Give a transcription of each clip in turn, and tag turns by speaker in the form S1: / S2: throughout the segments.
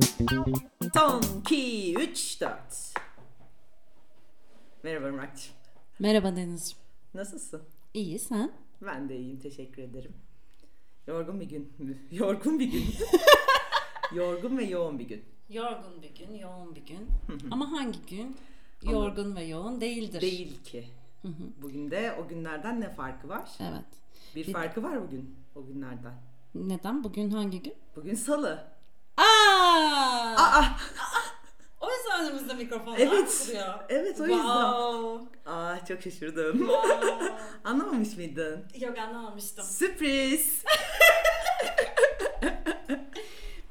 S1: Son 2, 3, 4. Merhaba Mırak'cığım.
S2: Merhaba Deniz.
S1: Nasılsın?
S2: İyi sen?
S1: Ben de iyiyim teşekkür ederim. Yorgun bir gün. Yorgun bir gün. Yorgun ve yoğun bir gün.
S2: Yorgun bir gün, yoğun bir gün. Ama hangi gün yorgun ve yoğun değildir?
S1: Değil ki. Bugün de o günlerden ne farkı var?
S2: Evet.
S1: Bir farkı var bugün o günlerden.
S2: Neden? Bugün hangi gün?
S1: Bugün salı.
S2: Aa!
S1: Aa!
S2: O yüzden önümüzde mikrofonlar
S1: Evet.
S2: duruyor.
S1: Evet o yüzden.
S2: Wow.
S1: Aa çok şaşırdım. Anlamamış mıydın?
S2: Yok anlamamıştım.
S1: Sürpriz.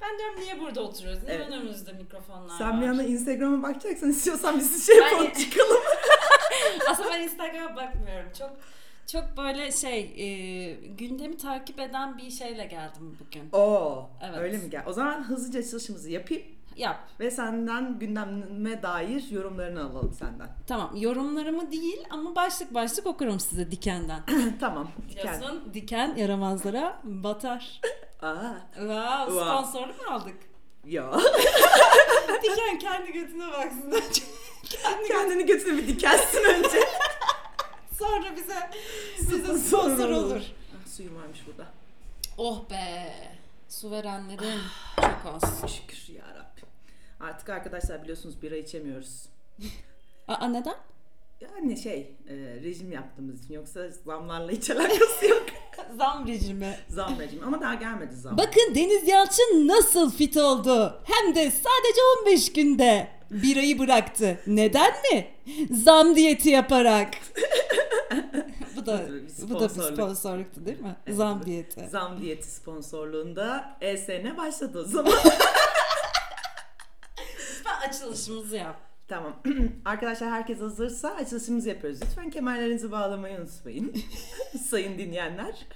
S2: Ben diyorum niye burada oturuyoruz? Niye
S1: Evet.
S2: önümüzde mikrofonlar
S1: Sen
S2: var?
S1: bir anda Instagram'a bakacaksan istiyorsan biz şey yapalım
S2: Yani-
S1: çıkalım.
S2: Aslında ben Instagram'a bakmıyorum. Çok çok böyle şey e, gündemi takip eden bir şeyle geldim bugün.
S1: Oo
S2: Evet.
S1: öyle mi gel? O zaman hızlıca açılışımızı yapayım
S2: Yap.
S1: ve senden gündeme dair yorumlarını alalım senden.
S2: Tamam yorumlarımı değil ama başlık başlık okurum size dikenden.
S1: tamam. Diken.
S2: Biliyorsun diken yaramazlara batar.
S1: Aa
S2: Wow,
S1: Wow.
S2: sponsorluk mu aldık?
S1: ya.
S2: diken kendi götüne baksın. kendi gö-
S1: Kendini götüne bir dikensin önce.
S2: Sonra bize bize sponsor olur.
S1: Ah, Suyum varmış burada.
S2: Oh be. Su verenlerin çok az.
S1: Şükür ya Rabbim. Artık arkadaşlar biliyorsunuz bira içemiyoruz.
S2: Aa neden?
S1: Yani şey e, rejim yaptığımız için yoksa zamlarla hiç alakası yok.
S2: Zam rejimi.
S1: zam rejimi ama daha gelmedi zam.
S2: Bakın Deniz Yalçın nasıl fit oldu. Hem de sadece 15 günde birayı bıraktı. Neden mi? Zam diyeti yaparak. bu da
S1: Bir
S2: bu da bir
S1: sponsorluk.
S2: sponsorluktu değil mi? Zam diyeti.
S1: Zam diyeti sponsorluğunda ESN başladı o zaman.
S2: Lütfen açılışımızı yap.
S1: tamam. Arkadaşlar herkes hazırsa açılışımızı yapıyoruz. Lütfen kemerlerinizi bağlamayı unutmayın. sayın dinleyenler.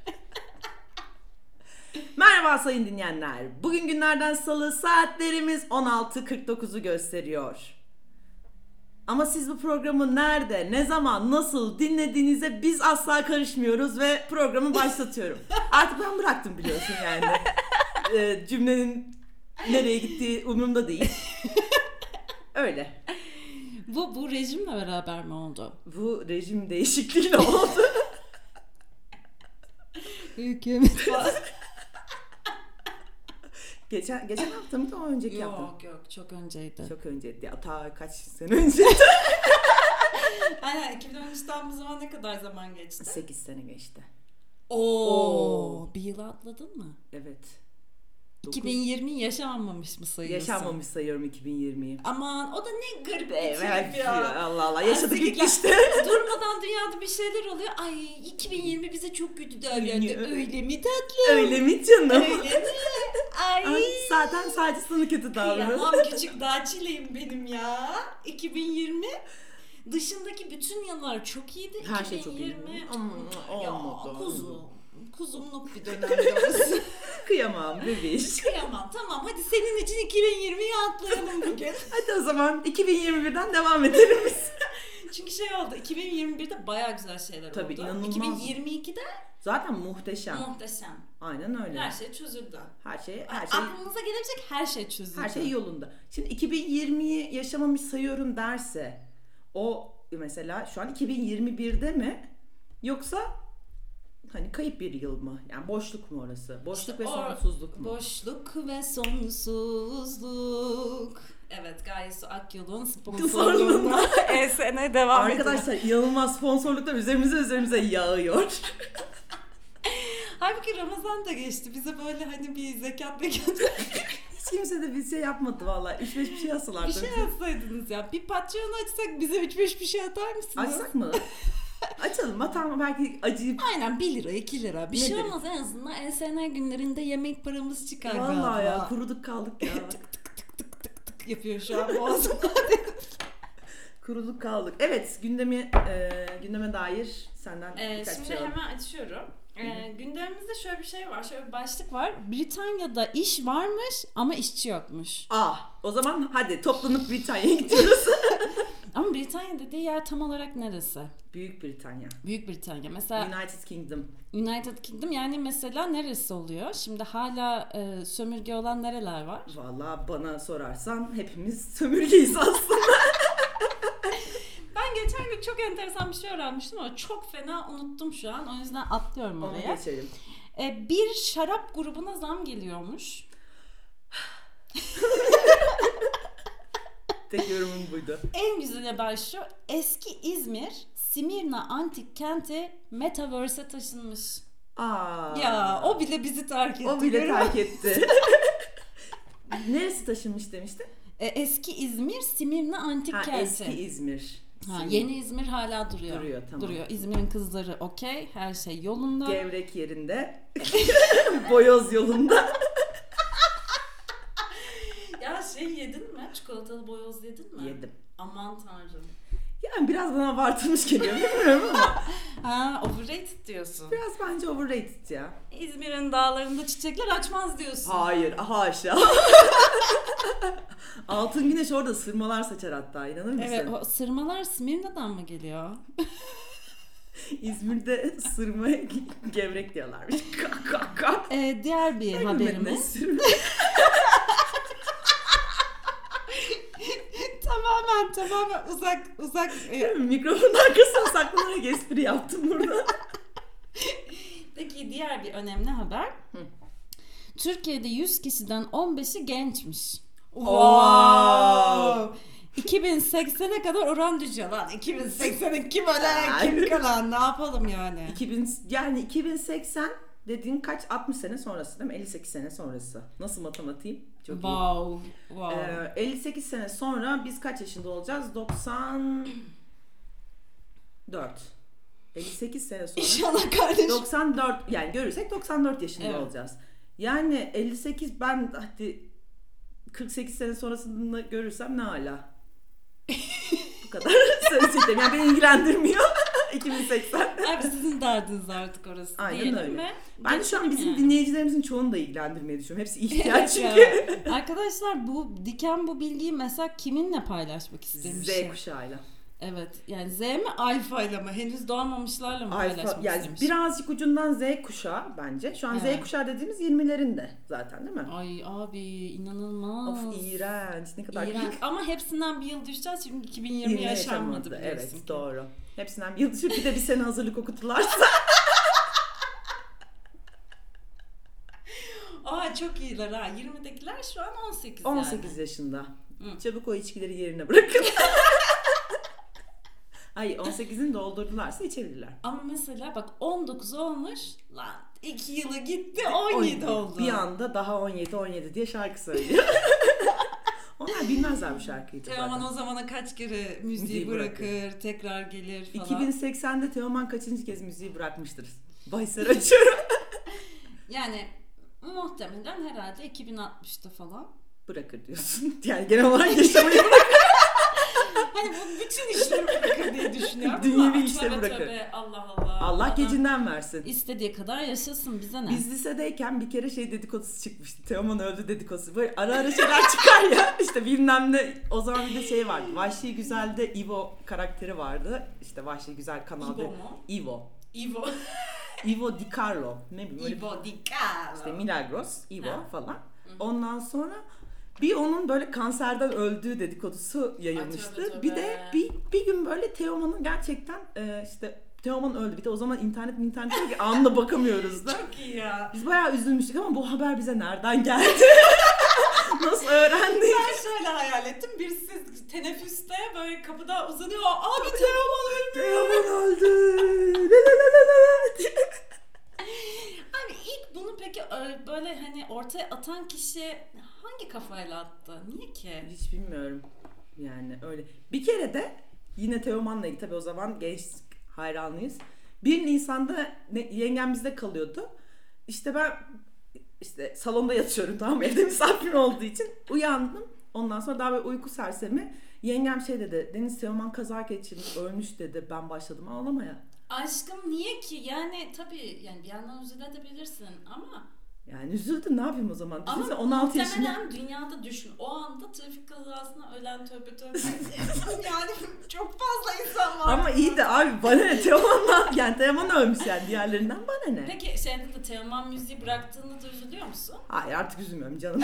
S1: Merhaba sayın dinleyenler. Bugün günlerden salı saatlerimiz 16.49'u gösteriyor. Ama siz bu programı nerede, ne zaman, nasıl dinlediğinize biz asla karışmıyoruz ve programı başlatıyorum. Artık ben bıraktım biliyorsun yani. Ee, cümlenin nereye gittiği umurumda değil. Öyle.
S2: Bu bu rejimle beraber mi oldu?
S1: Bu rejim değişikliğiyle oldu.
S2: Hükümet
S1: Geçen, geçen hafta mı daha önceki hafta mı?
S2: Yok yok çok önceydi.
S1: Çok önceydi. Ya, ta kaç sene önce?
S2: Aynen 2013'ten bu zaman ne kadar zaman geçti?
S1: 8 sene geçti.
S2: Oo, bir yıl atladın mı?
S1: Evet. Dokuz-
S2: 2020 yaşanmamış mı sayıyorsun?
S1: Yaşanmamış sayıyorum 2020'yi.
S2: Aman o da ne garip bir
S1: Evet
S2: trip ya.
S1: Allah Allah yaşadık ilk
S2: Gerçekten.
S1: işte.
S2: Durmadan dünyada bir şeyler oluyor. Ay 2020 bize çok kötü davrandı.
S1: Öyle.
S2: Öyle mi tatlım?
S1: Öyle mi canım?
S2: Öyle mi? Ay.
S1: Ay, zaten sadece sana kötü davranıyor.
S2: Kıyamam küçük dağçileyim benim ya. 2020 dışındaki bütün yanlar çok iyiydi.
S1: Her şey çok iyi.
S2: 2020
S1: Ama
S2: Ya
S1: olmadı.
S2: kuzum. Kuzumluk bir dönemde orası.
S1: Kıyamam bebiş.
S2: Kıyamam tamam hadi senin için 2020'yi atlayalım bugün.
S1: Hadi o zaman 2021'den devam edelim biz.
S2: Çünkü şey oldu 2021'de bayağı güzel şeyler
S1: Tabii,
S2: oldu.
S1: inanılmaz.
S2: 2022'de
S1: Zaten muhteşem.
S2: muhteşem.
S1: Aynen öyle.
S2: Her şey çözüldü.
S1: Her şey her şey
S2: Aklınıza gelebilecek her şey çözüldü.
S1: her şey yolunda. Şimdi 2020'yi yaşamamış sayıyorum derse o mesela şu an 2021'de mi yoksa hani kayıp bir yıl mı? Yani boşluk mu orası? Boşluk ve
S2: o-
S1: sonsuzluk mu?
S2: Boşluk ve sonsuzluk. Evet Gaye Su Akyol'un
S1: Sponsorluğunda.
S2: sponsorluğunda ESN'e devam ediyor.
S1: Arkadaşlar inanılmaz sponsorluklar üzerimize üzerimize yağıyor.
S2: Halbuki Ramazan da geçti. Bize böyle hani bir zekat ve
S1: Hiç kimse de bir şey yapmadı valla. Üç beş bir şey yazsalar.
S2: Bir şey yazsaydınız ya. Bir Patreon açsak bize 3-5 bir şey atar mısınız?
S1: Açsak mı? Açalım. Atar mı? Belki acıyıp.
S2: Aynen 1 lira 2 lira. Bir
S1: Ne
S2: şey
S1: demek?
S2: olmaz en azından ESN günlerinde yemek paramız çıkar
S1: Valla ya
S2: galiba.
S1: kuruduk kaldık ya.
S2: Tık yapıyor şu an boğazım.
S1: kuruduk kaldık. Evet gündemi e, gündeme dair senden
S2: Ee,
S1: birkaç
S2: şimdi
S1: şey alalım.
S2: hemen açıyorum. Ee, gündemimizde şöyle bir şey var. Şöyle bir başlık var. Britanya'da iş varmış ama işçi yokmuş.
S1: Aa, o zaman hadi toplanıp Britanya'ya gidiyoruz.
S2: Ama Britanya dediği yer tam olarak neresi?
S1: Büyük Britanya.
S2: Büyük Britanya. Mesela
S1: United Kingdom.
S2: United Kingdom yani mesela neresi oluyor? Şimdi hala e, sömürge olan nereler var?
S1: Valla bana sorarsan hepimiz sömürgeyiz aslında.
S2: Ben geçen gün çok enteresan bir şey öğrenmiştim ama çok fena unuttum şu an. O yüzden atlıyorum
S1: Ona
S2: oraya.
S1: geçelim.
S2: E, bir şarap grubuna zam geliyormuş.
S1: Tek yorumum buydu.
S2: En güzeli başlıyor. Eski İzmir, Simirna Antik Kenti Metaverse'e taşınmış.
S1: Aa.
S2: Ya o bile bizi terk etti.
S1: O bile
S2: görüyor musun?
S1: terk etti. Neresi taşınmış demiştin?
S2: E, eski İzmir, Simirna Antik
S1: Ha,
S2: Kenti.
S1: eski İzmir.
S2: Ha,
S1: Sinir.
S2: yeni İzmir hala duruyor.
S1: Duruyor, tamam.
S2: Duruyor. İzmir'in kızları okey. Her şey yolunda.
S1: Gevrek yerinde. Boyoz yolunda.
S2: Ya şey yedin mi? Çikolatalı boyoz yedin mi?
S1: Yedim.
S2: Aman tanrım.
S1: Yani biraz bana abartılmış geliyor bilmiyorum ama
S2: Ha overrated diyorsun.
S1: biraz bence overrated ya.
S2: İzmir'in dağlarında çiçekler açmaz diyorsun.
S1: Hayır, haşa. Altın güneş orada sırmalar saçar hatta inanır mısın?
S2: Evet o sırmalar Smirna'dan mı geliyor?
S1: İzmir'de sırmaya ge- gevrek diyorlarmış. Kak kak kak.
S2: Ee, diğer bir haberimiz.
S1: Sırma-
S2: tamamen tamamen uzak uzak. e,
S1: Mikrofonun arkasına saklanarak espri yaptım burada.
S2: Peki diğer bir önemli haber. Türkiye'de 100 kişiden 15'i gençmiş.
S1: Wow.
S2: 2080'e kadar oran düşüyor lan. 2080'e kim ölen kim kalan ne yapalım yani.
S1: 2000 yani 2080 dediğin kaç 60 sene sonrası değil mi? 58 sene sonrası. Nasıl matematiğim? Çok iyi.
S2: Wow. wow.
S1: Ee, 58 sene sonra biz kaç yaşında olacağız? 94. 58 sene sonra.
S2: İnşallah kardeşim.
S1: 94 yani görürsek 94 yaşında
S2: Evet.
S1: olacağız. Yani 58 ben hadi 48 sene sonrasında görürsem ne hala. Bu kadar söyleyeceklerim. Yani beni ilgilendirmiyor. 2080.
S2: Abi sizin derdiniz artık orası.
S1: Aynen
S2: diyelim
S1: öyle.
S2: mi?
S1: Ben şu an
S2: Geçelim
S1: bizim
S2: yani.
S1: dinleyicilerimizin çoğunu da ilgilendirmeyi düşünüyorum. Hepsi ihtiyaç
S2: Evet ya.
S1: çünkü.
S2: Arkadaşlar bu diken bu bilgiyi mesela kiminle paylaşmak istemiş?
S1: Z kuşağıyla.
S2: Evet. Yani Z mi alfa ile mi? Henüz doğmamışlarla mı
S1: Alfa,
S2: paylaşmak
S1: yani
S2: istemiş?
S1: birazcık ucundan Z kuşağı bence. Şu an
S2: Evet.
S1: Z kuşağı dediğimiz 20'lerinde zaten değil mi?
S2: Ay abi inanılmaz.
S1: Of iğrenç. Ne kadar
S2: İğrenç. Ama hepsinden bir yıl düşeceğiz çünkü 2020
S1: 20
S2: yaşanmadı
S1: yaşanmadı.
S2: biliyorsun
S1: Evet
S2: ki.
S1: doğru. Hepsinden bir yıl düşüp bir de bir sene hazırlık okutularsa.
S2: Aa çok iyiler ha. 20'dekiler şu an 18 yani.
S1: 18 yaşında.
S2: Hı.
S1: Çabuk o içkileri yerine bırakın. Ay 18'ini doldurdularsa içebilirler.
S2: Ama mesela bak 19 olmuş lan 2 yılı gitti 17, oldu.
S1: E, Bir anda daha 17 17 diye şarkı söylüyor. Onlar bilmezler bu şarkıyı.
S2: Teoman E, o zamana kaç kere müziği
S1: Müziği
S2: bırakır,
S1: bırakır.
S2: tekrar gelir falan.
S1: 2080'de Teoman kaçıncı kez müziği bırakmıştır? Bahisler açıyorum.
S2: Yani muhtemelen herhalde 2060'ta falan.
S1: Bırakır diyorsun. Yani genel olarak yaşamayı bırakır.
S2: Hani bu bütün işleri bırakır diye düşünüyorum.
S1: Dünyevi
S2: ama
S1: işleri
S2: tövbe
S1: bırakır.
S2: tövbe, Allah Allah.
S1: Allah
S2: Adam
S1: gecinden versin.
S2: istediği kadar yaşasın bize ne?
S1: Biz lisedeyken bir kere şey dedikodusu çıkmıştı. Teoman öldü dedikodusu. Böyle ara ara şeyler çıkar ya. İşte bilmem ne. O zaman bir de şey vardı. Vahşi Güzel'de Ivo karakteri vardı. İşte Vahşi Güzel kanalda.
S2: İbo mu?
S1: Ivo.
S2: Ivo.
S1: Ivo Di Carlo. Ne bileyim. öyle
S2: Ivo Di Carlo.
S1: İşte Milagros, Ivo
S2: Ha.
S1: falan. Ondan sonra bir onun böyle kanserden öldüğü dedikodusu
S2: Ay
S1: yayılmıştı.
S2: tövbe
S1: Bir
S2: tövbe.
S1: de bir, bir gün böyle Teoman'ın gerçekten e, işte Teoman öldü. Bir de o zaman internet internet yok ki anına bakamıyoruz da.
S2: Çok iyi ya.
S1: Biz bayağı üzülmüştük ama bu haber bize nereden geldi? Nasıl öğrendik?
S2: Ben şöyle hayal ettim. Birisi teneffüste böyle kapıda uzanıyor. Abi Teoman ölmüş.
S1: Teoman öldü. La la la la la diye.
S2: Hani ilk bunu peki e, böyle hani ortaya atan kişi hangi kafayla attı? Niye ki?
S1: Hiç bilmiyorum. Yani öyle. Bir kere de yine Teoman'la ilgili tabii o zaman genç hayranlıyız. 1 Nisan'da ne- yengem bizde kalıyordu. İşte ben işte salonda yatıyorum tamam mı? Evde misafir olduğu için uyandım. Ondan sonra daha böyle uyku sersemi. Yengem şey dedi. Deniz Teoman kaza geçirmiş ölmüş dedi. Ben başladım ağlamaya.
S2: Aşkım niye ki? Yani tabii yani bir yandan üzülebilirsin ama
S1: Yani üzüldüm ne yapayım o zaman? Düşünsene
S2: Ama
S1: 16 yaşında.
S2: muhtemelen dünyada düşün. O anda trafik kazasına ölen tövbe tövbe. yani çok fazla insan var.
S1: Ama iyi de abi bana ne Teoman'la yani Teoman ölmüş yani diğerlerinden bana ne?
S2: Peki şeyde de Teoman müziği bıraktığında da üzülüyor musun?
S1: Hayır artık üzülmüyorum canım.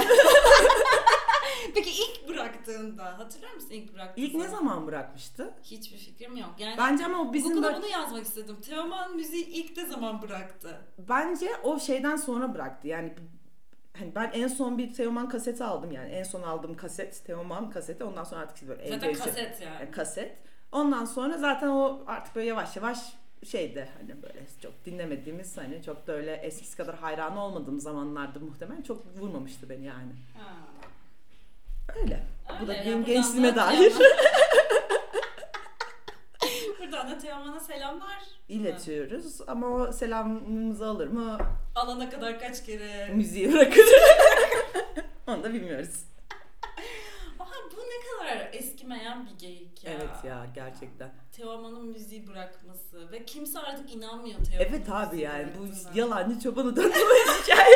S2: Peki ilk bıraktığında hatırlar mısın ilk bıraktığında?
S1: İlk ne zaman bırakmıştı?
S2: Hiçbir fikrim yok. Yani
S1: Bence ama o bizim
S2: Google'a
S1: böyle-
S2: bunu yazmak istedim. Teoman müziği ilk ne zaman bıraktı?
S1: bence o şeyden sonra bıraktı. Yani hani ben en son bir Teoman kaseti aldım yani. En son aldığım kaset Teoman kaseti. Ondan sonra artık böyle
S2: Zaten
S1: evde-
S2: kaset yani.
S1: Yani kaset. Ondan sonra zaten o artık böyle yavaş yavaş şeyde hani böyle çok dinlemediğimiz hani çok da öyle eskisi kadar hayran olmadığım zamanlarda muhtemelen çok vurmamıştı beni yani.
S2: Ha.
S1: Öyle. Bu da
S2: Öyle ya,
S1: benim
S2: buradan
S1: gençliğime
S2: da
S1: dair
S2: Teoman- buradan da Teoman'a selamlar.
S1: iletiyoruz ama o selamımızı alır mı
S2: Alana kadar kaç kere.
S1: müziği bırakır. Onu da bilmiyoruz.
S2: Aha bu ne kadar eskimeyen bir geyik ya.
S1: Evet ya gerçekten.
S2: Teoman'ın müziği bırakması ve kimse artık inanmıyor Teoman'ın
S1: Evet abi
S2: müziği
S1: yani
S2: bıraktığına.
S1: bu yalancı çobanı dönmüş hikaye.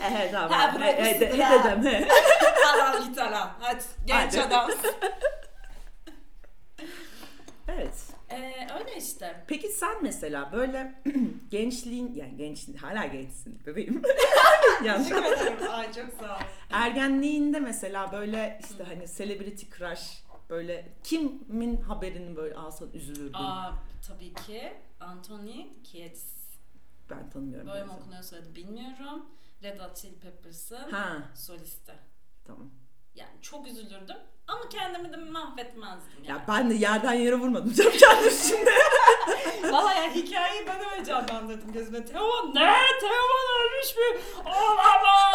S1: He he
S2: Ha,
S1: tamam. He
S2: bırakmışsın
S1: he de- he
S2: ya.
S1: dedem he.
S2: Al al git al al. Hadi genç
S1: Hadi.
S2: adam.
S1: Evet.
S2: Ee, öyle işte.
S1: Peki sen mesela böyle gençliğin yani gençliğin hala gençsin bebeğim. Yanlış.
S2: Teşekkür ederim. Ay çok sağ ol.
S1: Ergenliğinde mesela böyle işte hani celebrity crush böyle kimin haberini böyle alsan üzülürdün.
S2: Aa, tabii ki Anthony Kiedis.
S1: Ben tanımıyorum.
S2: Böyle mi
S1: bazen.
S2: okunuyor soyadı bilmiyorum. Red Hot Chili Peppers'ın
S1: Ha
S2: solisti.
S1: tamam.
S2: Yani çok üzülürdüm ama kendimi de mahvetmezdim yani.
S1: Ya ben de yerden yere vurmadım canım kendim şimdi.
S2: Valla yani hikayeyi ben öyle canlandırdım gözüme. Teoman ne? Teoman ölmüş mü? Olamaz!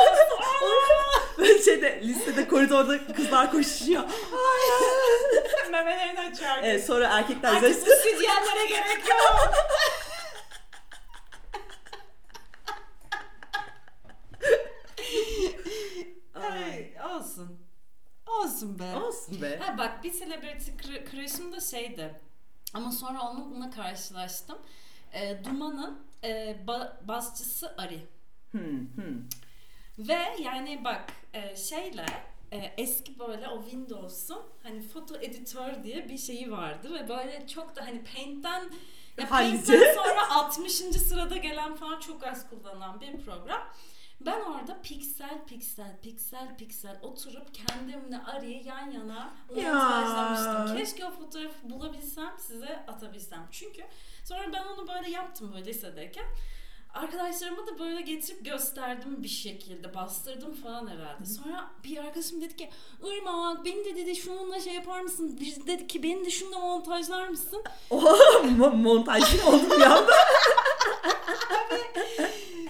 S2: Olamaz!
S1: Böyle şeyde listede koridorda kızlar koşuyor.
S2: Memelerini açardım.
S1: Evet E, sonra erkekler
S2: Artık bu
S1: zest.
S2: sütyenlere gerek yok. Ay, olsun. Olsun be.
S1: Olsun be.
S2: Ha bak bir celebrity cru- crush'ım da şeydi. Ama sonra onunla karşılaştım. Ee, Duman'ın e, ba- basçısı Ari.
S1: Hmm, hmm.
S2: Ve yani bak e, şeyle e, eski böyle o Windows'un hani foto editör diye bir şeyi vardı ve böyle çok da hani Paint'ten ya
S1: Hallice.
S2: Paint'ten sonra 60. sırada gelen falan çok az kullanılan bir program. Ben orada piksel piksel piksel piksel oturup kendimle arıyı yan yana
S1: Ya.
S2: montajlamıştım. Keşke o fotoğrafı bulabilsem size atabilsem. Çünkü sonra ben onu böyle yaptım böyle lisedeyken. Arkadaşlarıma da böyle getirip gösterdim bir şekilde. Bastırdım falan herhalde. Sonra bir arkadaşım dedi ki Irmak beni de dedi şununla şey yapar mısın? Bir dedi ki beni de şununla montajlar mısın?
S1: Oha mo- montajcı oldum bir anda.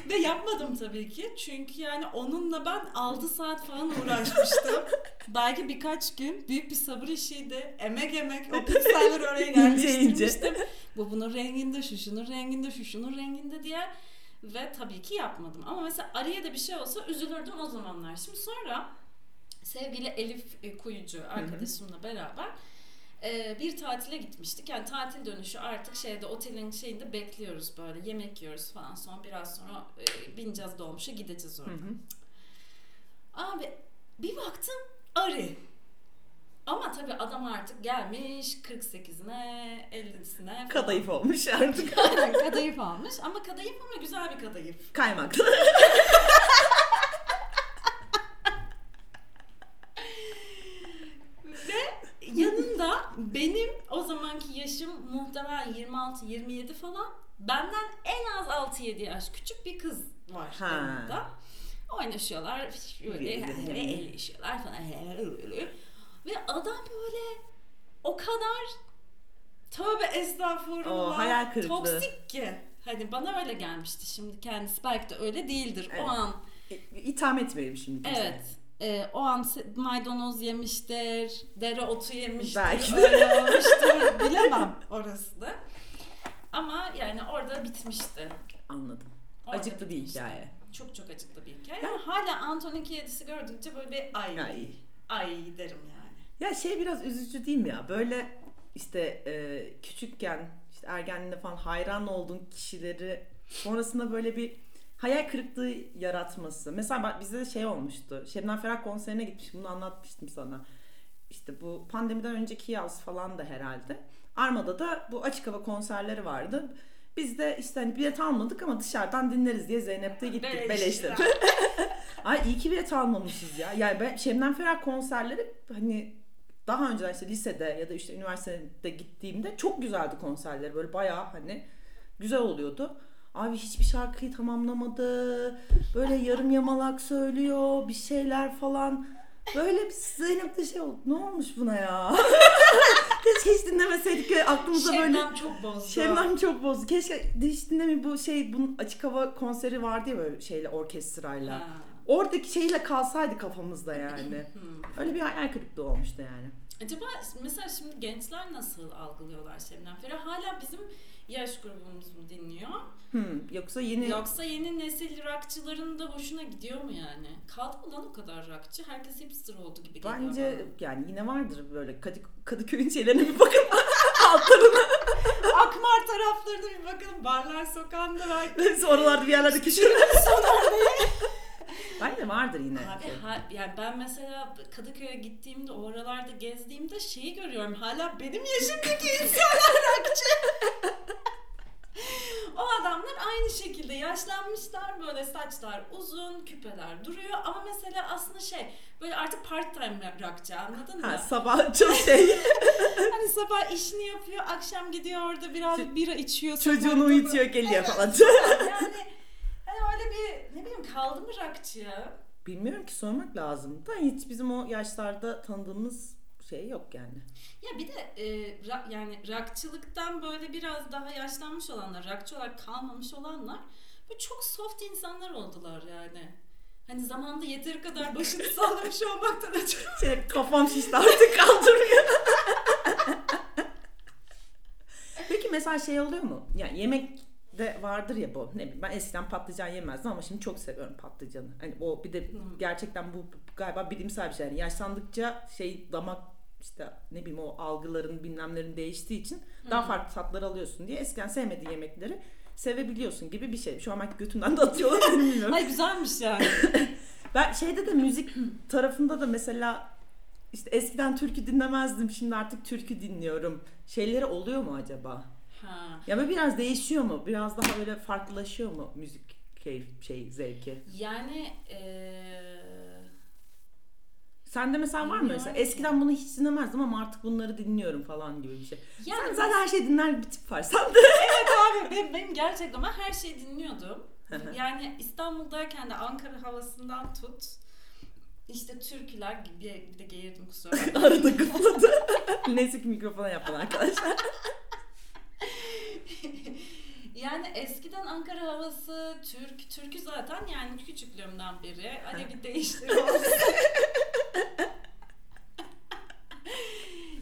S2: Ve yapmadım tabii ki. Çünkü yani onunla ben 6 saat falan uğraşmıştım. Belki birkaç gün büyük bir sabır işiydi. Emek emek o pikselleri oraya
S1: İnce ince.
S2: yerleştirmiştim. Bu bunun renginde, şu şunun renginde, şu şunun renginde diye. Ve tabii ki yapmadım. Ama mesela araya da bir şey olsa üzülürdüm o zamanlar. Şimdi sonra sevgili Elif e, Kuyucu arkadaşımla beraber e, bir tatile gitmiştik. Yani tatil dönüşü artık şeyde otelin şeyinde bekliyoruz böyle yemek yiyoruz falan. Sonra biraz sonra e, bineceğiz dolmuşa gideceğiz orada.
S1: hı.
S2: Abi bir baktım arı. Ama tabii adam artık gelmiş 48'ine 50'sine falan.
S1: Kadayıf olmuş artık.
S2: Aynen, kadayıf almış ama kadayıf ama güzel bir kadayıf.
S1: Kaymaklı.
S2: Yanında benim o zamanki yaşım muhtemelen 26-27 falan. Benden en az 6-7 yaş küçük bir kız var
S1: Ha.
S2: yanında. Oynaşıyorlar, böyle
S1: Yürü, yürü, yürü.
S2: elleşiyorlar falan. Ve adam böyle o kadar tövbe
S1: Oo,
S2: estağfurullah
S1: hayal kırıklığı.
S2: toksik ki. Hani bana öyle gelmişti şimdi kendisi belki de öyle değildir
S1: Evet.
S2: o an.
S1: İtham etmeyelim şimdi. kimseye.
S2: Evet. Ee, o an se- maydanoz yemiştir, dereotu yemiştir,
S1: Belki de.
S2: öyle olmuştur. Bilemem orası da. Ama yani orada bitmişti.
S1: Anladım.
S2: Orada
S1: Acıklı bir
S2: bitmişti.
S1: hikaye.
S2: Çok çok acıklı bir hikaye. Ama hala Anthony Kiedis'i gördükçe böyle bir ay,
S1: Ay.
S2: ay, derim yani.
S1: Ya şey biraz üzücü değil mi ya? Böyle işte e, küçükken işte ergenliğinde falan hayran olduğun kişileri sonrasında böyle bir hayal kırıklığı yaratması. Mesela ben- bizde de şey olmuştu. Şebnem Ferah konserine gitmiştim. Bunu anlatmıştım sana. İşte bu pandemiden önceki yaz falan da herhalde. Armada da bu açık hava konserleri vardı. Biz de işte hani bilet almadık ama dışarıdan dinleriz diye Zeynep'te gittik. Beleşti. Ay iyi ki bilet almamışız ya. Yani ben Şebnem Ferah konserleri hani daha önce işte lisede ya da işte üniversitede gittiğimde çok güzeldi konserleri. Böyle bayağı hani güzel oluyordu. Abi hiçbir şarkıyı tamamlamadı. Böyle yarım yamalak söylüyor. Bir şeyler falan. Böyle bir Zeynep de şey oldu. Ne olmuş buna ya? Keşke hiç dinlemeseydik. ya. Aklımıza böyle...
S2: Şebnem çok bozdu.
S1: Şebnem çok bozdu. Keşke hiç dinlemeyin bu şey bunun açık hava konseri vardı ya böyle şeyle orkestrayla.
S2: Ha.
S1: Oradaki şeyle kalsaydı kafamızda yani.
S2: Hmm.
S1: Öyle bir hayal kırıklığı olmuştu yani.
S2: Acaba mesela şimdi gençler nasıl algılıyorlar Şebnem Ferah? Hala bizim yaş grubumuz mu dinliyor?
S1: Hmm, yoksa yeni
S2: Yoksa yeni nesil rockçıların da hoşuna gidiyor mu yani? Kaldı mı lan o kadar rockçı? Herkes hipster oldu gibi geliyor
S1: bence yani yine vardır böyle Kadı, Kadıköy'ün şeylerine bir bakın. Altlarına.
S2: bana. Akmar taraflarına bir bakın. Barlar sokağında belki.
S1: Neyse oralarda bir yerlerde küçülür. Bence vardır yine. Şey.
S2: Abi E, ha- yani ben mesela Kadıköy'e gittiğimde, o oralarda gezdiğimde şeyi görüyorum. Hala benim yaşımdaki insanlar rockçı. o adamlar aynı şekilde yaşlanmışlar. Böyle saçlar uzun, küpeler duruyor. Ama mesela aslında şey, böyle artık part time rockçı anladın mı?
S1: Ha, sabah çok şey
S2: Hani sabah işini yapıyor, akşam gidiyor orada biraz bira içiyor.
S1: çocuğunu
S2: sokakta.
S1: uyutuyor geliyor falan.
S2: Yani hani öyle bir ne bileyim kaldı mı rakçı?
S1: Bilmiyorum ki sormak lazım da hiç bizim o yaşlarda tanıdığımız şey yok yani.
S2: Ya bir de e, ra- yani rakçılıktan böyle biraz daha yaşlanmış olanlar, rakçı olarak kalmamış olanlar böyle çok soft insanlar oldular yani. Hani zamanda yeteri kadar başını sallamış olmaktan ötürü.
S1: Şey, kafam şişti artık kaldırmıyor. Peki mesela şey oluyor mu? Yani yemek de vardır ya bu. Ne bileyim ben eskiden patlıcan yemezdim ama şimdi çok seviyorum patlıcanı. Hani o bir de
S2: Hı.
S1: gerçekten bu galiba bilimsel bir şey. Yani yaşlandıkça şey damak işte ne bileyim o algıların bilmemlerin değiştiği için daha farklı tatlar alıyorsun diye eskiden sevmediğin yemekleri sevebiliyorsun gibi bir şey. Şu an belki götümden de atıyorlar bilmiyorum.
S2: Ay güzelmiş yani.
S1: Ben şeyde de müzik tarafında da mesela işte eskiden türkü dinlemezdim şimdi artık türkü dinliyorum. Şeyleri oluyor mu acaba?
S2: ha.
S1: Ya böyle biraz değişiyor mu? Biraz daha böyle farklılaşıyor mu müzik keyif, şey zevki?
S2: Yani e,
S1: Sende mesela var mı
S2: Bilmiyorum
S1: mesela
S2: ki.
S1: eskiden bunu hiç dinlemezdim ama artık bunları dinliyorum falan gibi bir şey.
S2: yani
S1: Sen zaten her şeyi dinler bir tip var. Sen de
S2: Abi benim, benim gerçekten ben her şeyi dinliyordum. Yani İstanbul'dayken de Ankara havasından tut. işte türküler gibi bir de geğirdim kusura bakma.
S1: arada kıpladı. Neyse ki mikrofona yapın arkadaşlar.
S2: yani eskiden Ankara havası, Türk, türkü zaten yani küçüklüğümden beri. Hadi bir değiştiriyoruz.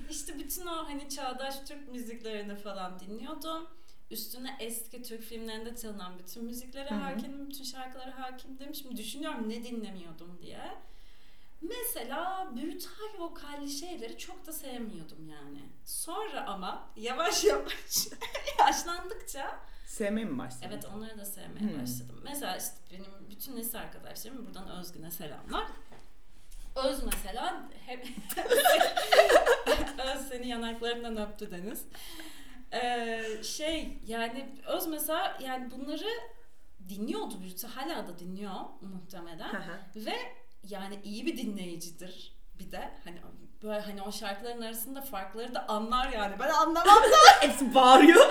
S2: işte bütün o hani çağdaş Türk müziklerini falan dinliyordum. Üstüne eski Türk filmlerinde çalınan bütün müziklere
S1: Hı hı.
S2: hakimim, bütün şarkılara hakimdim. Şimdi düşünüyorum ne dinlemiyordum diye. Mesela brutal vokalli şeyleri çok da sevmiyordum yani. Sonra ama yavaş yavaş yaşlandıkça
S1: Sevmeye mi başladın?
S2: evet onları da sevmeye
S1: Hmm.
S2: başladım. Mesela işte benim bütün lise arkadaşlarım buradan Özgün'e selamlar. Öz mesela hep Öz seni yanaklarından öptü Deniz. Ee, şey yani Öz mesela yani bunları dinliyordu brutal hala da dinliyor muhtemelen.
S1: Hı hı.
S2: Ve yani iyi bir dinleyicidir bir de hani böyle hani o şarkıların arasında farkları da anlar yani. Ben anlamam
S1: Hepsi bağırıyor.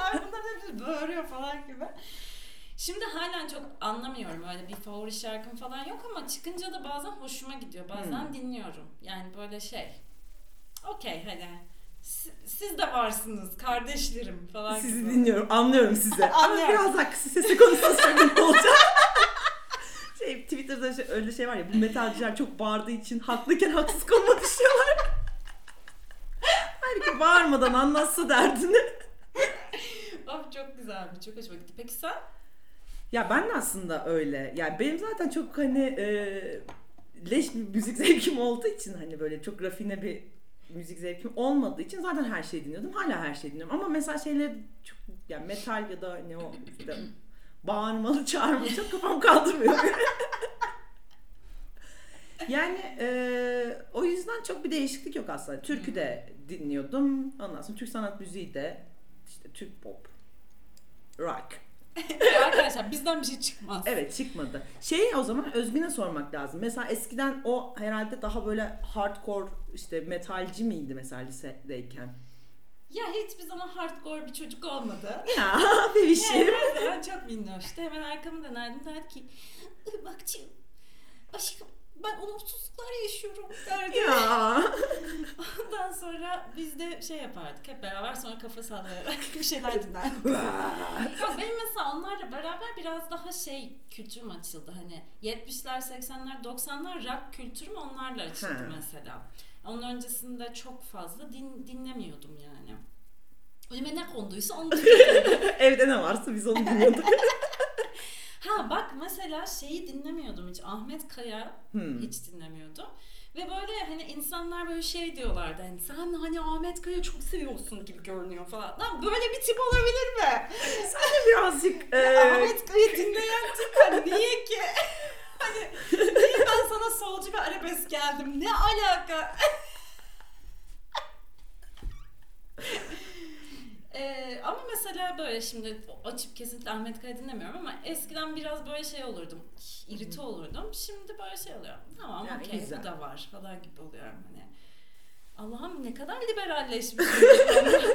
S2: Ay bunlar hepsi bağırıyor falan gibi. Şimdi halen çok anlamıyorum öyle bir favori şarkım falan yok ama çıkınca da bazen hoşuma gidiyor. Bazen dinliyorum. Yani böyle şey. Okey hani si- siz de varsınız kardeşlerim falan
S1: Sizi
S2: gibi.
S1: dinliyorum, anlıyorum sizi. Ama
S2: Anlıyorum.
S1: biraz daha kısa sesle konuşsanız ne olacak? şey, Twitter'da şey, öyle şey var ya, bu metalciler çok bağırdığı için haklıken haksız konuma düşüyorlar. Halbuki bağırmadan anlatsa derdini.
S2: Of çok güzelmiş. Çok hoşuma gitti. Peki sen?
S1: Ya ben de aslında öyle. Yani benim zaten çok hani e, leş bir müzik zevkim olduğu için hani böyle çok rafine bir müzik zevkim olmadığı için zaten her şeyi dinliyordum. Hala her şeyi dinliyorum. Ama mesela şeyleri çok yani metal ya da hani o işte bağırmalı çağırmalı çok kafam kaldırmıyor. yani e, o yüzden çok bir değişiklik yok aslında. Türkü de dinliyordum. Ondan sonra Türk sanat müziği de işte Türk pop, rock.
S2: Ya Arkadaşlar bizden bir şey çıkmaz.
S1: Evet çıkmadı. Şeyi o zaman Özgün'e sormak lazım. Mesela eskiden o herhalde daha böyle hardcore işte metalci miydi mesela lisedeyken?
S2: Ya hiçbir zaman hardcore bir çocuk olmadı.
S1: Ya şey bebişim.
S2: Yani her zaman çok minnoştu. Hemen arkamı dönerdim derdi ki ırmakçıyım. Aşkım ben olumsuzluklar yaşıyorum derdi.
S1: ya.
S2: Ondan sonra biz de şey yapardık hep beraber sonra kafa sallayarak bir şeyler dinlerdik. Yok benim mesela onlarla beraber biraz daha şey kültürüm açıldı hani 70'ler 80'ler 90'lar rock kültürüm onlarla açıldı
S1: Ha.
S2: mesela. Onun öncesinde çok fazla din, dinlemiyordum yani. Önüme ne konduysa onu dinliyordum.
S1: Evde ne varsa biz onu dinliyorduk.
S2: ha bak mesela şeyi dinlemiyordum hiç. Ahmet Kaya
S1: Hmm.
S2: hiç dinlemiyordum. Ve böyle hani insanlar böyle şey diyorlardı hani sen hani Ahmet Kaya çok seviyorsun gibi görünüyor falan. Lan böyle bir tip olabilir mi?
S1: Sen de birazcık e,
S2: Ahmet Kaya dinleyen tip hani niye ki? hani niye ben sana solcu ve arabesk geldim? Ne alaka? Ee, ama mesela böyle şimdi açıp kesinlikle Ahmet Kaya dinlemiyorum ama eskiden biraz böyle şey olurdum. irite olurdum. Şimdi böyle şey oluyorum. Tamam
S1: Yani
S2: okey
S1: güzel.
S2: bu da var falan gibi oluyorum hani. Allah'ım ne kadar liberalleşmişim.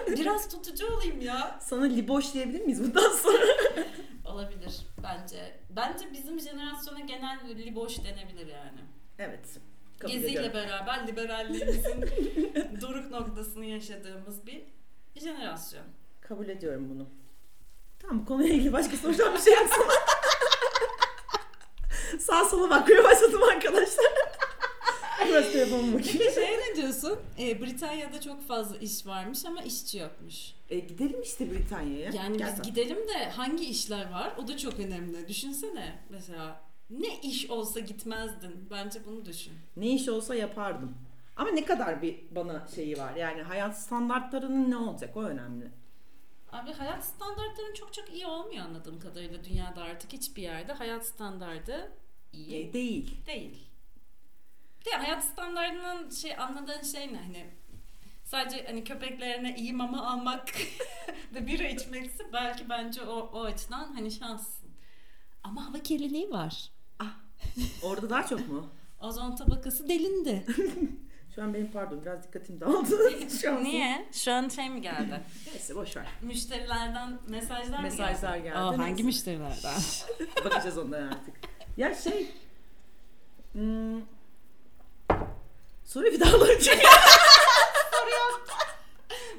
S2: biraz tutucu olayım ya.
S1: sana liboş diyebilir miyiz bundan sonra?
S2: Olabilir bence. Bence bizim jenerasyona genel liboş denebilir yani.
S1: Evet. Kabul
S2: Geziyle
S1: ediyorum.
S2: beraber liberalliğimizin doruk noktasını yaşadığımız bir jenerasyon.
S1: Kabul ediyorum bunu. Tamam bu konuyla ilgili başka soracağım bir şey yok sana. Sağ sola bakmaya başladım arkadaşlar. Burası telefonum bakayım.
S2: Şey ne diyorsun? Ee, Britanya'da çok fazla iş varmış ama işçi yokmuş.
S1: E, gidelim işte Britanya'ya.
S2: Yani
S1: Gel
S2: biz
S1: sen.
S2: gidelim de hangi işler var? O da çok önemli. Düşünsene mesela ne iş olsa gitmezdin. Bence bunu düşün.
S1: Ne iş olsa yapardım. Ama ne kadar bir bana şeyi var. Yani hayat standartlarının ne olacak o önemli.
S2: Abi hayat standartların çok çok iyi olmuyor anladığım kadarıyla dünyada artık hiçbir yerde hayat standardı iyi
S1: E, değil.
S2: değil. De hayat standartının şey anladığın şey ne hani sadece hani köpeklerine iyi mama almak ve bira içmeksi belki bence o, o açıdan hani şanssın. Ama hava kirliliği var.
S1: Orada daha çok mu?
S2: Ozon tabakası delindi.
S1: Şu an benim pardon biraz dikkatim dağıldı. Şu an-
S2: Niye? Şu an şey mi geldi?
S1: Neyse boş ver.
S2: Müşterilerden mesajlar mı geldi?
S1: Mesajlar geldi.
S3: Aa, hangi
S1: Neyse.
S3: müşterilerden?
S1: Bakacağız onlara artık. Ya şey... Hmm, soruyu bir daha alacağım.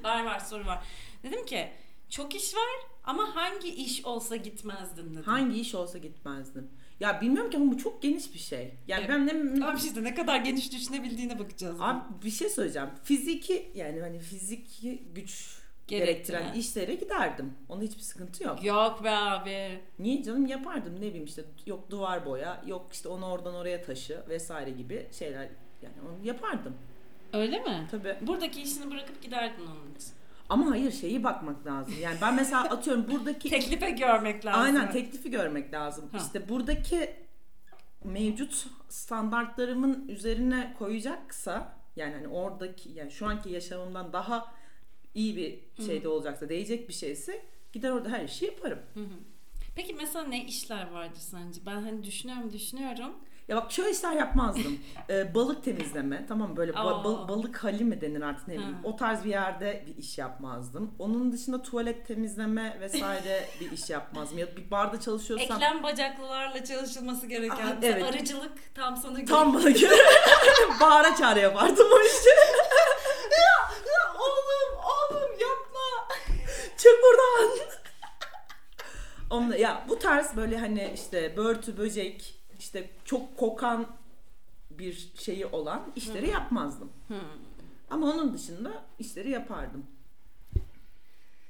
S2: Var var soru var. Dedim ki çok iş var ama hangi iş olsa gitmezdin dedim.
S1: Hangi iş olsa gitmezdim. Ya bilmiyorum ki ama bu çok geniş bir şey. Yani ben ne...
S2: Abi işte şey ne kadar geniş düşünebildiğine bakacağız.
S1: Abi bir şey söyleyeceğim. Fiziki yani hani fiziki güç
S2: Gerektiren.
S1: gerektiren işlere giderdim. Onda hiçbir sıkıntı yok.
S2: Yok be abi.
S1: Niye canım yapardım ne bileyim işte yok duvar boya, yok işte onu oradan oraya taşı vesaire gibi şeyler yani onu yapardım
S2: Öyle mi?
S1: tabii.
S2: Buradaki işini bırakıp giderdin onun için.
S1: Ama hayır şeyi bakmak lazım. Yani ben mesela atıyorum buradaki
S2: Teklife görmek lazım.
S1: Aynen teklifi görmek lazım.
S2: Ha.
S1: İşte buradaki mevcut standartlarımın üzerine koyacaksa yani hani oradaki yani şu anki yaşamımdan daha iyi bir şeyde olacaksa değecek bir şeyse gider orada her işi yaparım.
S2: Peki mesela ne işler vardır sence? Ben hani düşünüyorum düşünüyorum.
S1: Ya bak şöyle işler yapmazdım. Ee, balık temizleme tamam mı? böyle ba-
S2: Aa.
S1: bal- balık hali mi denir artık ne bileyim.
S2: Ha.
S1: O tarz bir yerde bir iş yapmazdım. Onun dışında tuvalet temizleme vesaire bir iş yapmazdım. Ya da bir barda çalışıyorsam
S2: Eklem bacaklılarla çalışılması gereken.
S1: Aa,
S2: mesela
S1: evet.
S2: Arıcılık tam sana göre.
S1: tam bana göre bağıra çağrı yapardım o işi.
S2: Ya oğlum oğlum yapma.
S1: Çık buradan. Onunla, ya bu tarz böyle hani işte börtü böcek işte çok kokan bir şeyi olan işleri yapmazdım. Ama onun dışında işleri yapardım.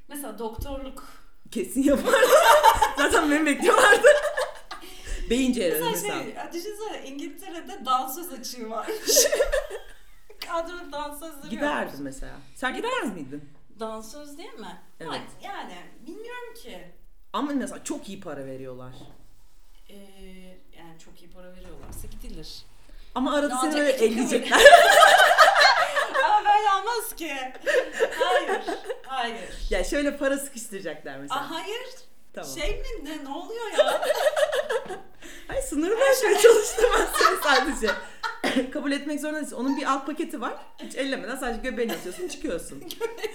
S2: Mesela doktorluk.
S1: Kesin yapardım. Zaten beni bekliyorlardı. Beyin cerrahı
S2: Mesela
S1: Ee, mesela.
S2: şey, ya düşünsene İngiltere'de dansöz açığı varmış. Kadrolu dansözleri yokmuş.
S1: Giderdim mesela. Sen gitmez miydin?
S2: Dansöz değil mi?
S1: Evet.
S2: Bak, Yani bilmiyorum ki.
S1: Ama mesela çok iyi para veriyorlar.
S2: Ee, yani çok iyi para veriyorlarsa gidilir.
S1: Ama arada
S2: Ne
S1: seni
S2: olacak?
S1: böyle
S2: İki kabul.
S1: elleyecekler.
S2: Ama böyle olmaz ki. Hayır. Hayır.
S1: ya şöyle para sıkıştıracaklar mesela.
S2: Aa, hayır.
S1: tamam.
S2: Ah, Şey mi ne, ne oluyor ya?
S1: Ay sınırı aşmaya çalıştım aslında sadece. Kabul etmek zorunda değilsin. Onun bir alt paketi var. Hiç ellemeden sadece göbeğini atıyorsun çıkıyorsun.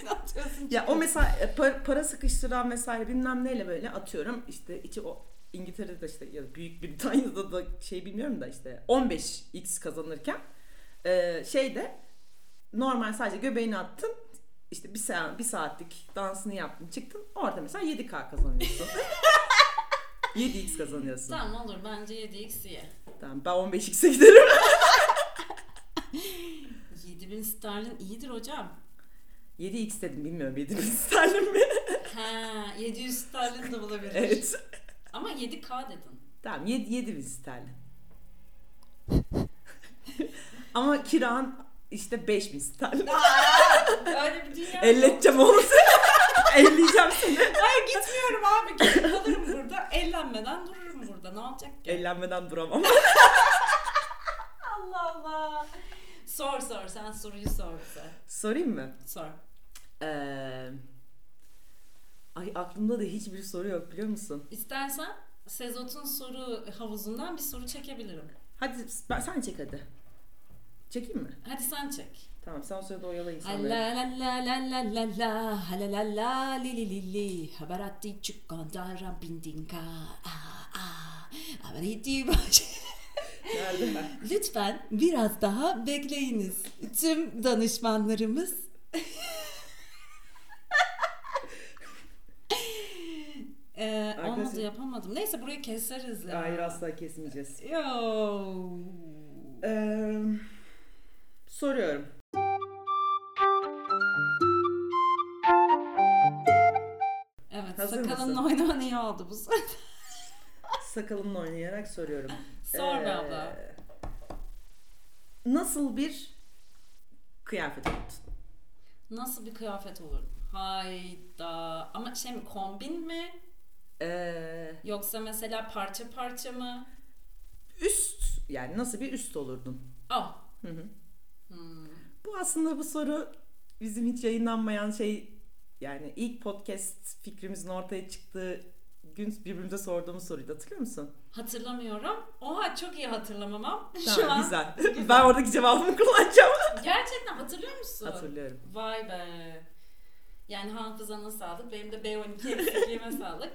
S2: ne atıyorsun?
S1: ya o mesela e, par- para, sıkıştıran vesaire bilmem neyle böyle atıyorum. işte içi o İngiltere'de işte ya da Büyük Britanya'da da şey bilmiyorum da işte 15x kazanırken e, şeyde normal sadece göbeğini attın. işte bir, saat, bir saatlik dansını yaptın çıktın. Orada mesela 7k kazanıyorsun. 7x kazanıyorsun.
S2: Tamam olur bence 7x ye.
S1: Tamam ben 15x'e giderim.
S2: 7000 sterlin iyidir hocam.
S1: 7x dedim bilmiyorum 7 bin sterlin mi?
S2: Ha 700 sterlin de bulabilir.
S1: evet.
S2: Ama 7k dedin.
S1: Tamam 7, 7 bin sterlin. Ama kiran işte 5 bin sterlin.
S2: Öyle bir dünya yok.
S1: Elleteceğim oğlum seni. Elleyeceğim seni.
S2: Hayır gitmiyorum abi. Gelip kalırım burada. Ellenmeden dururum burada. Ne olacak ki?
S1: Ellenmeden duramam.
S2: Allah Allah. Sor sor. Sen soruyu sor bize.
S1: Sorayım mı?
S2: Sor.
S1: Ee, ay aklımda da hiçbir soru yok biliyor musun?
S2: İstersen Sezot'un soru havuzundan bir soru çekebilirim.
S1: Hadi ben, sen çek hadi. Çekeyim mi?
S2: Hadi sen çek.
S1: Tamam sen o sırada oyala
S2: La
S1: insanları.
S2: la la la la la la ha la la la li li li li haberati çukandaran bindinka ah ah haberati baş-
S1: Nerede?
S3: Lütfen biraz daha bekleyiniz. Tüm danışmanlarımız
S2: ee, olmadı
S1: Arkadaşlar-
S2: yapamadım. Neyse burayı keseriz ya.
S1: Hayır asla kesmeyeceğiz.
S2: Yo.
S1: Ee, soruyorum.
S2: Evet
S1: Hazır
S2: sakalınla
S1: mısın?
S2: oynaman iyi oldu bu sefer.
S1: Sakalımla oynayarak soruyorum.
S2: Sor
S1: Ee,
S2: be abla.
S1: Nasıl bir kıyafet oldu?
S2: Nasıl bir kıyafet olur? Hayda. Ama şey mi kombin mi?
S1: Ee,
S2: Yoksa mesela parça parça mı?
S1: üst yani nasıl bir üst olurdun?
S2: Ah.
S1: Hı hı.
S2: Hmm.
S1: Bu aslında bu soru bizim hiç yayınlanmayan şey yani ilk podcast fikrimizin ortaya çıktığı gün birbirimize sorduğumuz soruydu hatırlıyor musun?
S2: Hatırlamıyorum. Oha çok iyi hatırlamamam. Şu
S1: Tamam
S2: an
S1: güzel. ben oradaki cevabımı kullanacağım.
S2: gerçekten hatırlıyor musun?
S1: Hatırlıyorum.
S2: Vay be. Yani hafızana sağlık. Benim de B12 eksikliğime sağlık.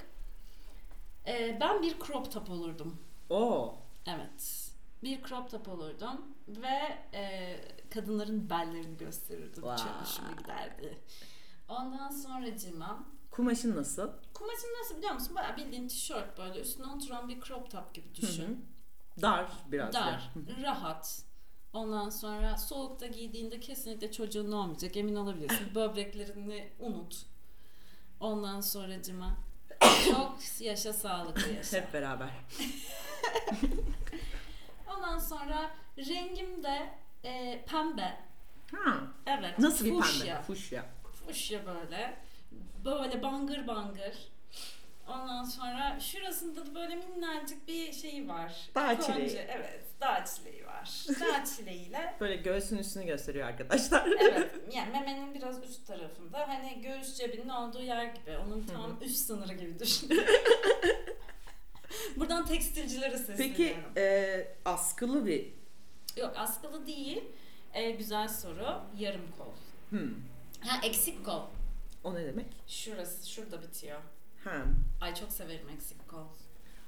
S2: Ee, ben bir crop top olurdum.
S1: Oo.
S2: Evet. Bir crop top olurdum ve e, kadınların bellerini gösterirdim.
S1: Vay.
S2: Çok hoşuma giderdi. Ondan sonra cimam.
S1: Kumaşın nasıl?
S2: Kumaşım nasıl biliyor musun? Bayağı bildiğin tişört böyle üstüne oturan bir crop top gibi düşün.
S1: Dar biraz. da.
S2: Dar, rahat. Ondan sonra soğukta giydiğinde kesinlikle çocuğun olmayacak emin olabilirsin. Böbreklerini unut. Ondan sonracıma çok yaşa sağlıklı yaşa.
S1: Hep beraber.
S2: Ondan sonra rengim de e, pembe.
S1: Ha.
S2: Evet.
S1: Nasıl bir
S2: fuşya.
S1: pembe? Fuşya.
S2: Fuşya böyle. Böyle bangır bangır. Ondan sonra şurasında da böyle minnacık bir şey var.
S1: Dağ
S2: Konca-
S1: çileği.
S2: Evet. Dağ çileği var. Dağ çileğiyle
S1: Böyle göğsün üstünü gösteriyor arkadaşlar.
S2: Evet. Yani memenin biraz üst tarafında. Hani göğüs cebinin olduğu yer gibi. Onun tam üst sınırı gibi düşün. Buradan tekstilcilere sesleniyorum.
S1: Peki e, askılı bir
S2: Yok askılı değil. Ee, güzel soru. Yarım kol.
S1: hmm,
S2: Ha eksik kol.
S1: o ne demek?
S2: Şurası. Şurada bitiyor.
S1: Ha.
S2: Ay çok severim eksik kol.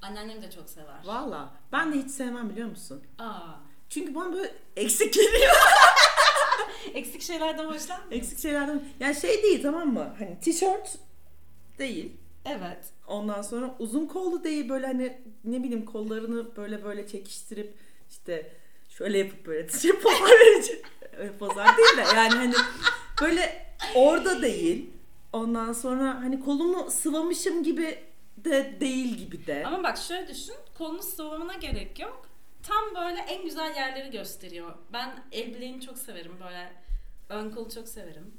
S2: Anneannem de çok sever.
S1: Valla ben de hiç sevmem biliyor musun?
S2: Aa.
S1: Çünkü bana böyle eksik geliyor.
S2: Eksik şeylerden hoşlanmıyor.
S1: eksik şeylerden. Yani şey değil tamam mı? Hani tişört değil.
S2: Evet.
S1: Ondan sonra uzun kollu değil böyle hani ne bileyim kollarını böyle böyle çekiştirip işte şöyle yapıp böyle tişört pozar verici. Öyle Pozar değil de yani hani böyle orada değil. Ondan sonra hani kolumu sıvamışım gibi de değil gibi de.
S2: Ama bak şöyle düşün. Kolunu sıvamana gerek yok. Tam böyle en güzel yerleri gösteriyor. Ben el bileğini çok severim böyle. Ön kolu çok severim.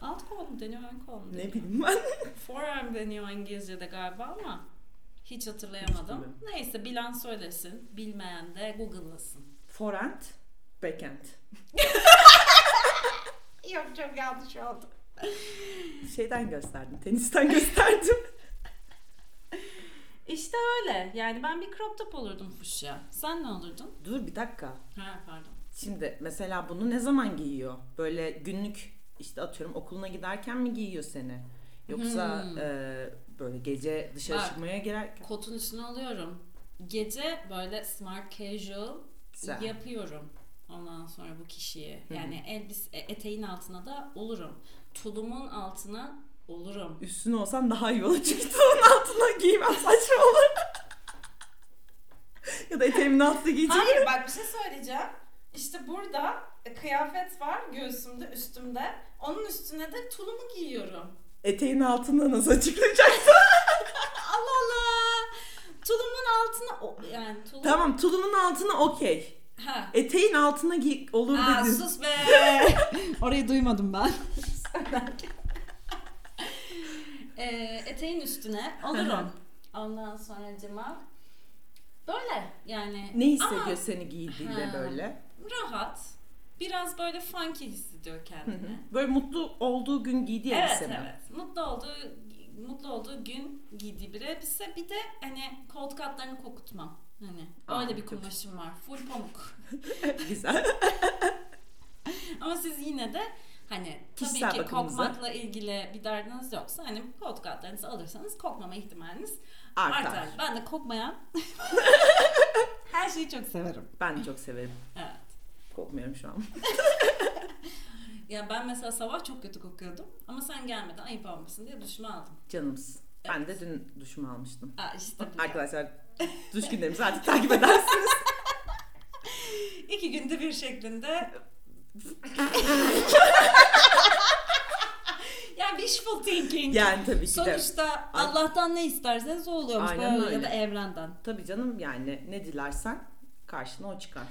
S2: Alt kol mu deniyor, ön kol mu
S1: Ne
S2: deniyor?
S1: bileyim ben.
S2: Forearm deniyor İngilizce'de galiba ama hiç hatırlayamadım. Neyse bilen söylesin, bilmeyen de Google'lasın.
S1: Forend, backend.
S2: Yok çok yanlış oldu.
S1: Şeyden gösterdim, tenisten gösterdim.
S2: İşte öyle. Yani ben bir crop top olurdum fuşya. Sen ne olurdun?
S1: Dur bir dakika.
S2: Ha pardon.
S1: Şimdi mesela bunu ne zaman giyiyor? Böyle günlük işte atıyorum okuluna giderken mi giyiyor seni? Yoksa
S2: Hmm.
S1: e, böyle gece dışarı
S2: Bak.
S1: çıkmaya girerken?
S2: Kotun üstüne alıyorum. Gece böyle smart casual
S1: Güzel.
S2: yapıyorum. Ondan sonra bu kişiyi. Yani elbis e- eteğin altına da olurum. Tulumun altına olurum.
S1: Üstüne olsan daha iyi olur çünkü onun altına giymem saçma olur. ya da eteğimin altına giyeceğim.
S2: Hayır bak bir şey söyleyeceğim. İşte burada e, kıyafet var göğsümde üstümde. Onun üstüne de tulumu giyiyorum.
S1: Eteğin altında nasıl açıklayacaksın?
S2: Allah Allah. Tulumun altına o- yani tulum.
S1: tamam tulumun altına okey.
S2: Ha.
S1: Eteğin altına giy olur
S2: Aa,
S1: dedin.
S2: sus be.
S3: Orayı duymadım ben.
S2: Ee, eteğin üstüne olurum. Ondan sonra cima. Böyle yani.
S1: Ne hissediyor
S2: Ama
S1: seni giydiğinde
S2: Ha.
S1: böyle?
S2: rahat. Biraz böyle funky hissediyor kendini.
S1: Böyle mutlu olduğu gün giydiği
S2: Evet
S1: elbise mi?
S2: evet. Mutlu olduğu mutlu olduğu gün giydiği bir elbise. Bir de hani koltuk altlarını kokutmam. Hani
S1: Aa,
S2: öyle bir
S1: Ah, çok iyi.
S2: kumaşım var. Full pamuk.
S1: Güzel.
S2: Ama siz yine de hani tabii
S1: Kişisel
S2: ki
S1: bakımınıza.
S2: kokmakla ilgili bir derdiniz yoksa hani koltuk altlarınızı alırsanız kokmama ihtimaliniz
S1: Artar.
S2: artar. Ben de kokmayan her şeyi çok severim.
S1: Ben de çok severim.
S2: Evet.
S1: Kokmuyorum şu an.
S2: Ya ben mesela sabah çok kötü kokuyordum ama sen gelmeden ayıp olmasın diye duşumu aldım.
S1: Canımız. Ben de dün duşumu almıştım.
S2: Aa işte bu.
S1: Arkadaşlar duş günlerimizi artık takip edersiniz.
S2: İki günde bir şeklinde. yani wishful thinking.
S1: Yani tabii ki de.
S2: Sonuçta Allah'tan ne isterseniz o oluyormuş
S1: Aynen
S2: böyle ya
S1: öyle.
S2: da evrenden.
S1: Tabii canım yani ne dilersen karşına o çıkar.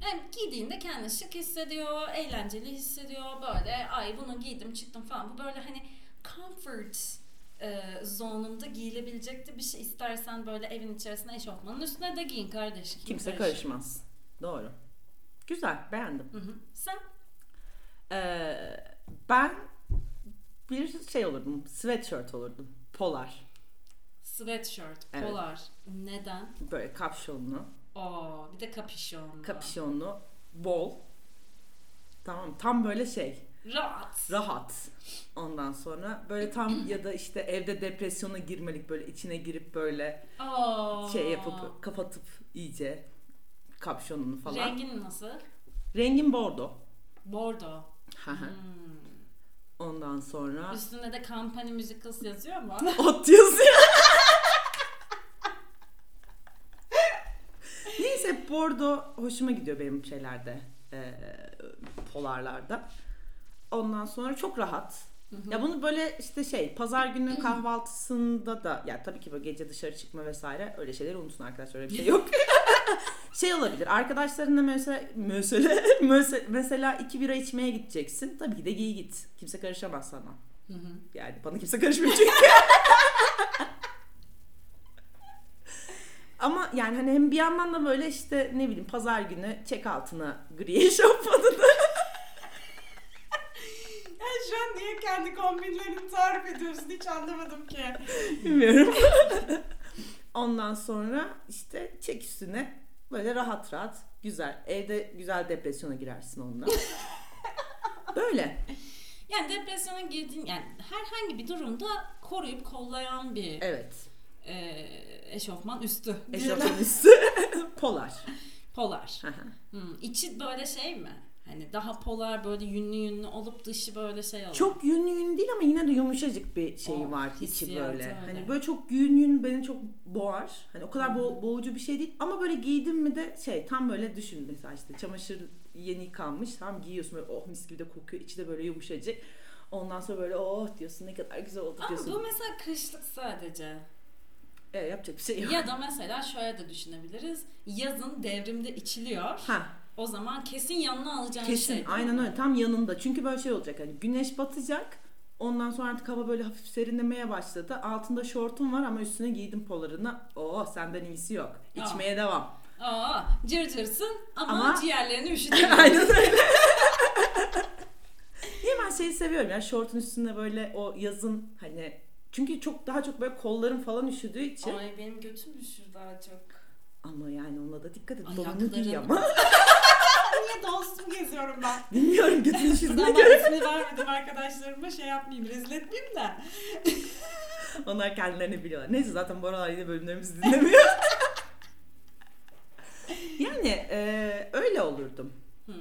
S2: Hem giydiğinde kendini şık hissediyor, eğlenceli hissediyor. Böyle ay bunu giydim çıktım falan. Bu böyle hani comfort e, zonunda giyilebilecek de bir şey. İstersen böyle evin içerisinde eşofmanın üstüne de giyin kardeşim.
S1: Kimse karışmaz. Doğru. Güzel beğendim.
S2: Hı hı. Sen
S1: Ee, ben bir şey olurdum. Sweatshirt olurdum. Polar.
S2: sweatshirt,
S1: Evet.
S2: polar. Neden?
S1: Böyle kapşonlu.
S2: Aa, bir de kapüşonlu.
S1: Kapşonlu. Bol. Tamam tam böyle şey.
S2: Rahat.
S1: rahat. Ondan sonra böyle tam ya da işte evde depresyona girmelik böyle içine girip böyle
S2: Aa.
S1: şey yapıp kapatıp iyice kapşonunu falan.
S2: Rengin nasıl?
S1: Rengim bordo.
S2: Bordo.
S1: Hı hı.
S2: Hmm.
S1: Ondan sonra
S2: Üstünde de Company Musicals yazıyor mu?
S1: ot yazıyor. Neyse hep bordo hoşuma gidiyor benim şeylerde. e, polarlarda. Ondan sonra çok rahat. Ya bunu böyle işte şey pazar günü kahvaltısında da ya tabii ki böyle gece dışarı çıkma vesaire öyle şeyleri unutun arkadaşlar öyle bir şey yok. şey olabilir arkadaşlarınla mesela mesela, mesela, mesela iki bira içmeye gideceksin tabii ki de giy git kimse karışamaz sana. Yani bana kimse karışmıyor çünkü. Ama yani hani hem bir yandan da böyle işte ne bileyim pazar günü çek altına gri eşofmanını
S2: Sen şu an niye kendi kombinlerini tarif ediyorsun hiç anlamadım ki.
S1: Bilmiyorum. Ondan sonra işte çek üstüne böyle rahat rahat güzel. Evde güzel depresyona girersin onunla. Böyle.
S2: Yani depresyona girdiğin yani herhangi bir durumda koruyup kollayan bir
S1: Evet.
S2: e, eşofman üstü.
S1: Eşofman üstü. Polar.
S2: Polar.
S1: Hı hı.
S2: Hmm, içi böyle şey mi? Hani daha polar böyle yünlü yünlü olup dışı böyle şey olur.
S1: çok yün yün değil ama yine de yumuşacık bir şeyi
S2: Oh,
S1: var içi
S2: hissiyatı
S1: böyle.
S2: öyle.
S1: Hani böyle çok yün yün beni çok boğar. Hani o kadar
S2: Hmm.
S1: bo- boğucu bir şey değil ama böyle giydim mi de şey tam böyle düşün mesela işte çamaşır yeni yıkanmış tam giyiyorsun böyle oh mis gibi de kokuyor içi de böyle yumuşacık. Ondan sonra böyle oh diyorsun ne kadar güzel oldu
S2: Ama
S1: diyorsun.
S2: bu mesela kışlık sadece.
S1: E, yapacak bir şey yok.
S2: Ya da mesela şöyle de düşünebiliriz. Yazın devrimde içiliyor.
S1: Ha
S2: o zaman kesin yanına alacağın
S1: Kesin
S2: şey. değil mi?
S1: aynen öyle tam yanında. Çünkü böyle şey olacak hani güneş batacak. Ondan sonra artık hava böyle hafif serinlemeye başladı. Altında şortum var ama üstüne giydim polarını. Oo senden iyisi yok.
S2: Aa.
S1: İçmeye devam.
S2: Aa, cırcırsın ama,
S1: Ama-
S2: ciğerlerini üşütüyorsun.
S1: aynen öyle. Niye ben şeyi seviyorum ya şortun üstünde böyle o yazın hani çünkü çok daha çok böyle kollarım falan üşüdüğü için.
S2: Ay benim götüm üşür daha çok.
S1: Ama yani ona da dikkat et. Donunu
S2: Ayakların-
S1: giy ama.
S2: Niye donsuz geziyorum ben?
S1: Bilmiyorum gözün üşüdüğüne
S2: Buradan
S1: göre.
S2: ben ismini vermedim arkadaşlarıma şey yapmayayım, rezil etmeyeyim de.
S1: Onlar kendilerini biliyorlar. Neyse zaten bu aralar yine bölümlerimizi dinlemiyor. yani e, öyle olurdum.
S2: Hmm.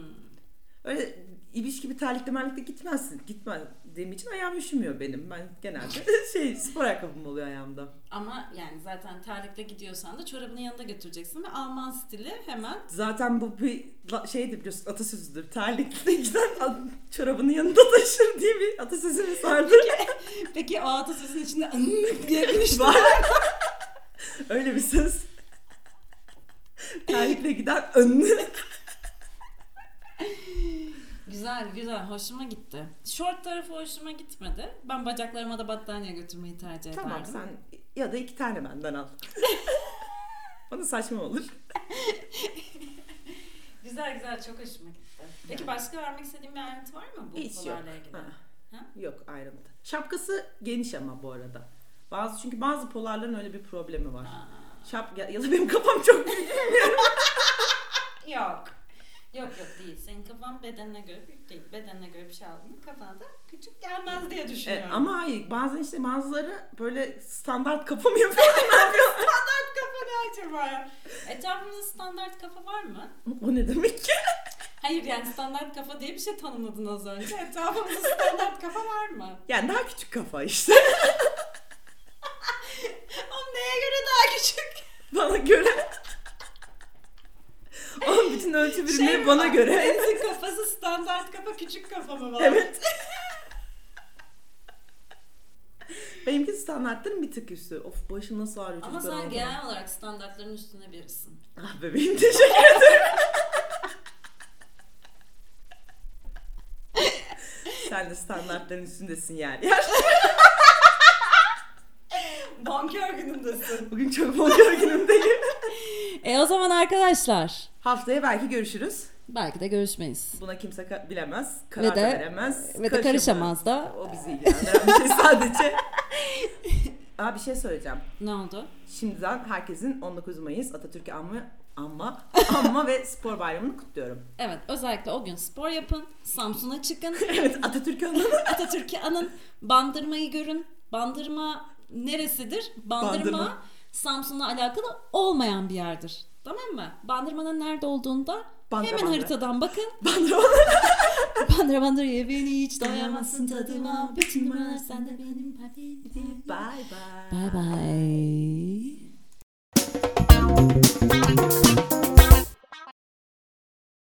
S1: Öyle ibiş gibi terlikle merlikle gitmezsin. Gitmediğim için ayağım üşümüyor benim. Ben genelde şey spor ayakkabım oluyor ayağımda.
S2: Ama yani zaten terlikle gidiyorsan da çorabını yanında götüreceksin ve Alman stili hemen
S1: Zaten bu bir la- şeydir biliyorsun atasözüdür. Terlikle giden ad- çorabını yanında taşır diye bir atasözümüz vardır.
S2: Peki o atasözün içinde "Hmm" diye bir iş var.
S1: Var. Öyle bir söz. Terlikle giden önlü.
S2: Güzel güzel hoşuma gitti. Short tarafı hoşuma gitmedi. Ben bacaklarıma da battaniye götürmeyi tercih ederdim.
S1: Tamam sen ya da iki tane benden al. Bana saçma olur.
S2: Güzel güzel çok hoşuma gitti. Peki başka vermek istediğin bir ayrıntı var mı bu
S1: Hiç yok.
S2: polarla ilgili?
S1: Ha.
S2: Ha?
S1: Yok ayrıntı. Şapkası geniş ama bu arada. Bazı çünkü bazı polarların öyle bir problemi var.
S2: Aa,
S1: Şap ya, ya da benim kafam çok büyük.
S2: Yok. Yok yok değil. Senin kafan bedenine göre büyük değil. Bedenine göre bir şey aldın mı kafana da küçük gelmez diye
S1: E,
S2: düşünüyorum.
S1: ama hayır bazen işte bazıları böyle standart kafam yapıyor.
S2: standart kafa ne acaba ya? Etrafımızda standart kafa var mı?
S1: o ne demek ki?
S2: Hayır yani standart kafa diye bir şey tanımladın az önce. Etrafımızda standart kafa var mı?
S1: Yani daha küçük kafa işte.
S2: O neye göre daha küçük?
S1: bana göre. Onun bütün ölçü birimleri
S2: Şey mi
S1: bana
S2: var?
S1: göre.
S2: Senin kafası standart kafa küçük kafa mı var?
S1: Evet. Benimki standartların bir tık üstü. Of başım nasıl ağrıyor
S2: Ama
S1: çocuklar
S2: sen
S1: oldu.
S2: genel olarak standartların üstünde birisin.
S1: Ah bebeğim teşekkür ederim. Sen de standartların üstündesin yani. Ya
S2: Bankör günündesin.
S1: Bugün çok bonkör günümdeyim.
S3: E o zaman arkadaşlar
S1: Haftaya belki görüşürüz.
S3: belki de görüşmeyiz.
S1: Buna kimse ka- bilemez, karar
S3: Ve
S1: da
S3: de-
S1: veremez.
S3: Ve de karışamaz da.
S1: O bizi ilgilendiren bir şey sadece. Aa bir şey söyleyeceğim.
S2: Ne oldu?
S1: Şimdiden herkesin 19 Mayıs Atatürk'ü anma, anma, anma ve spor bayramını kutluyorum.
S2: Evet özellikle o gün spor yapın. Samsun'a çıkın.
S1: Evet Atatürk'ü anın.
S2: Atatürk'ü anın. Bandırmayı görün. Bandırma neresidir? Bandırma,
S1: Bandırma.
S2: Samsun'la alakalı olmayan bir yerdir. Tamam mı? Bandırmanın nerede olduğunda
S1: Bandra,
S2: hemen
S1: bandra.
S2: haritadan bakın.
S1: Bandırmalı.
S3: Bandıra bandıra ye beni hiç
S2: Doyamazsın tadıma. Bütün buralar
S3: sen
S2: sende benim.
S1: Bye bye.
S3: Bye bye.